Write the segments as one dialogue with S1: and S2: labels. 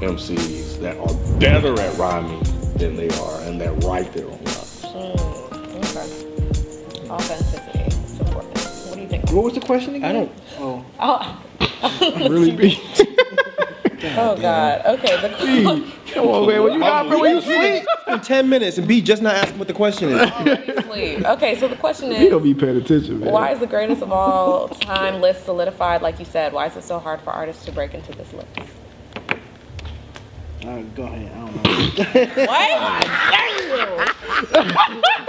S1: MCs that are better at rhyming than they are and that write their own rhymes.
S2: Mm, okay. Authenticity. Support. What do you think?
S3: What was the question again?
S4: I don't
S3: Oh,
S2: Oh,
S4: really be.
S2: oh God. Okay. The
S3: come on, man. When you not, bro, when you sleep,
S4: in 10 minings and B just not asking what the question is.
S2: Sleep. Okay, so the question
S3: you don't
S2: is,
S3: be paying attention, man.
S2: why is the greatest of all time list solidified? Like you said, why is it so hard for artists to break into this list?
S3: Uh, go ahead. I don't know.
S2: What?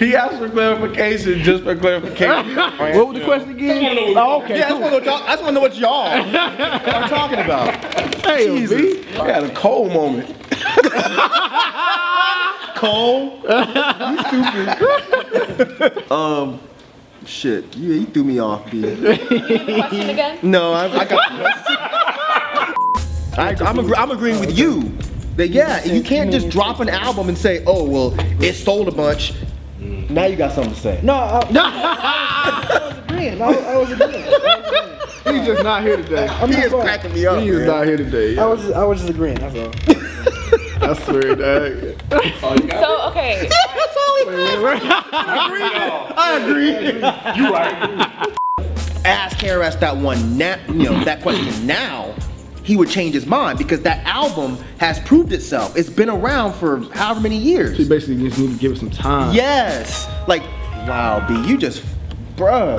S4: he asked for clarification just for clarification.
S3: What was the question again? Oh, okay.
S4: Yeah, I just want to know, what y'all- I just wanna know what y'all are talking about.
S3: Damn, B.
S4: Jesus. I had a cold moment. Cold? You stupid. um, shit. You, you threw me off, B.
S2: Question again?
S4: No, I, I got. I, I'm, agree, I'm agreeing with you. That yeah, you can't just drop an album and say, oh well, it sold a bunch. Now you got something to say.
S3: No, I, I, was agreeing. I was, I was agreeing. I was agreeing.
S5: He's just not here today.
S3: I'm
S4: He
S3: not
S4: is
S3: going.
S4: cracking me up.
S5: He is
S4: man.
S5: not here today.
S3: I was, I was just agreeing. That's all.
S5: I swear, dog.
S2: So okay,
S4: That's all he did. I agree. I agree.
S1: You right.
S4: Ask KRS that one now. You know that question now. He would change his mind because that album has proved itself. It's been around for however many years.
S5: She basically just need to give it some time.
S4: Yes. Like, wow, B, you just, bruh.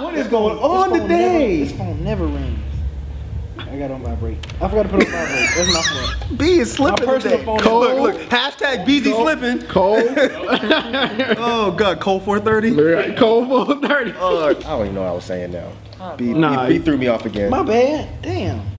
S4: what is going on
S3: This phone Never,
S4: today?
S3: this phone never rings. I got on vibrate. I forgot to put on vibrate. That's my fault.
S4: B is slipping
S3: My personal
S4: today.
S3: phone
S4: Cold.
S3: is-
S4: Look, look. Hashtag BZ slipping.
S5: Cold,
S4: Oh God, cold 430.
S5: cold, full thirty.
S4: Oh, Uh, I don't even know what I was saying now. B,
S5: Nah,
S4: B,
S5: you-
S4: B threw me off again.
S3: My bad. Damn.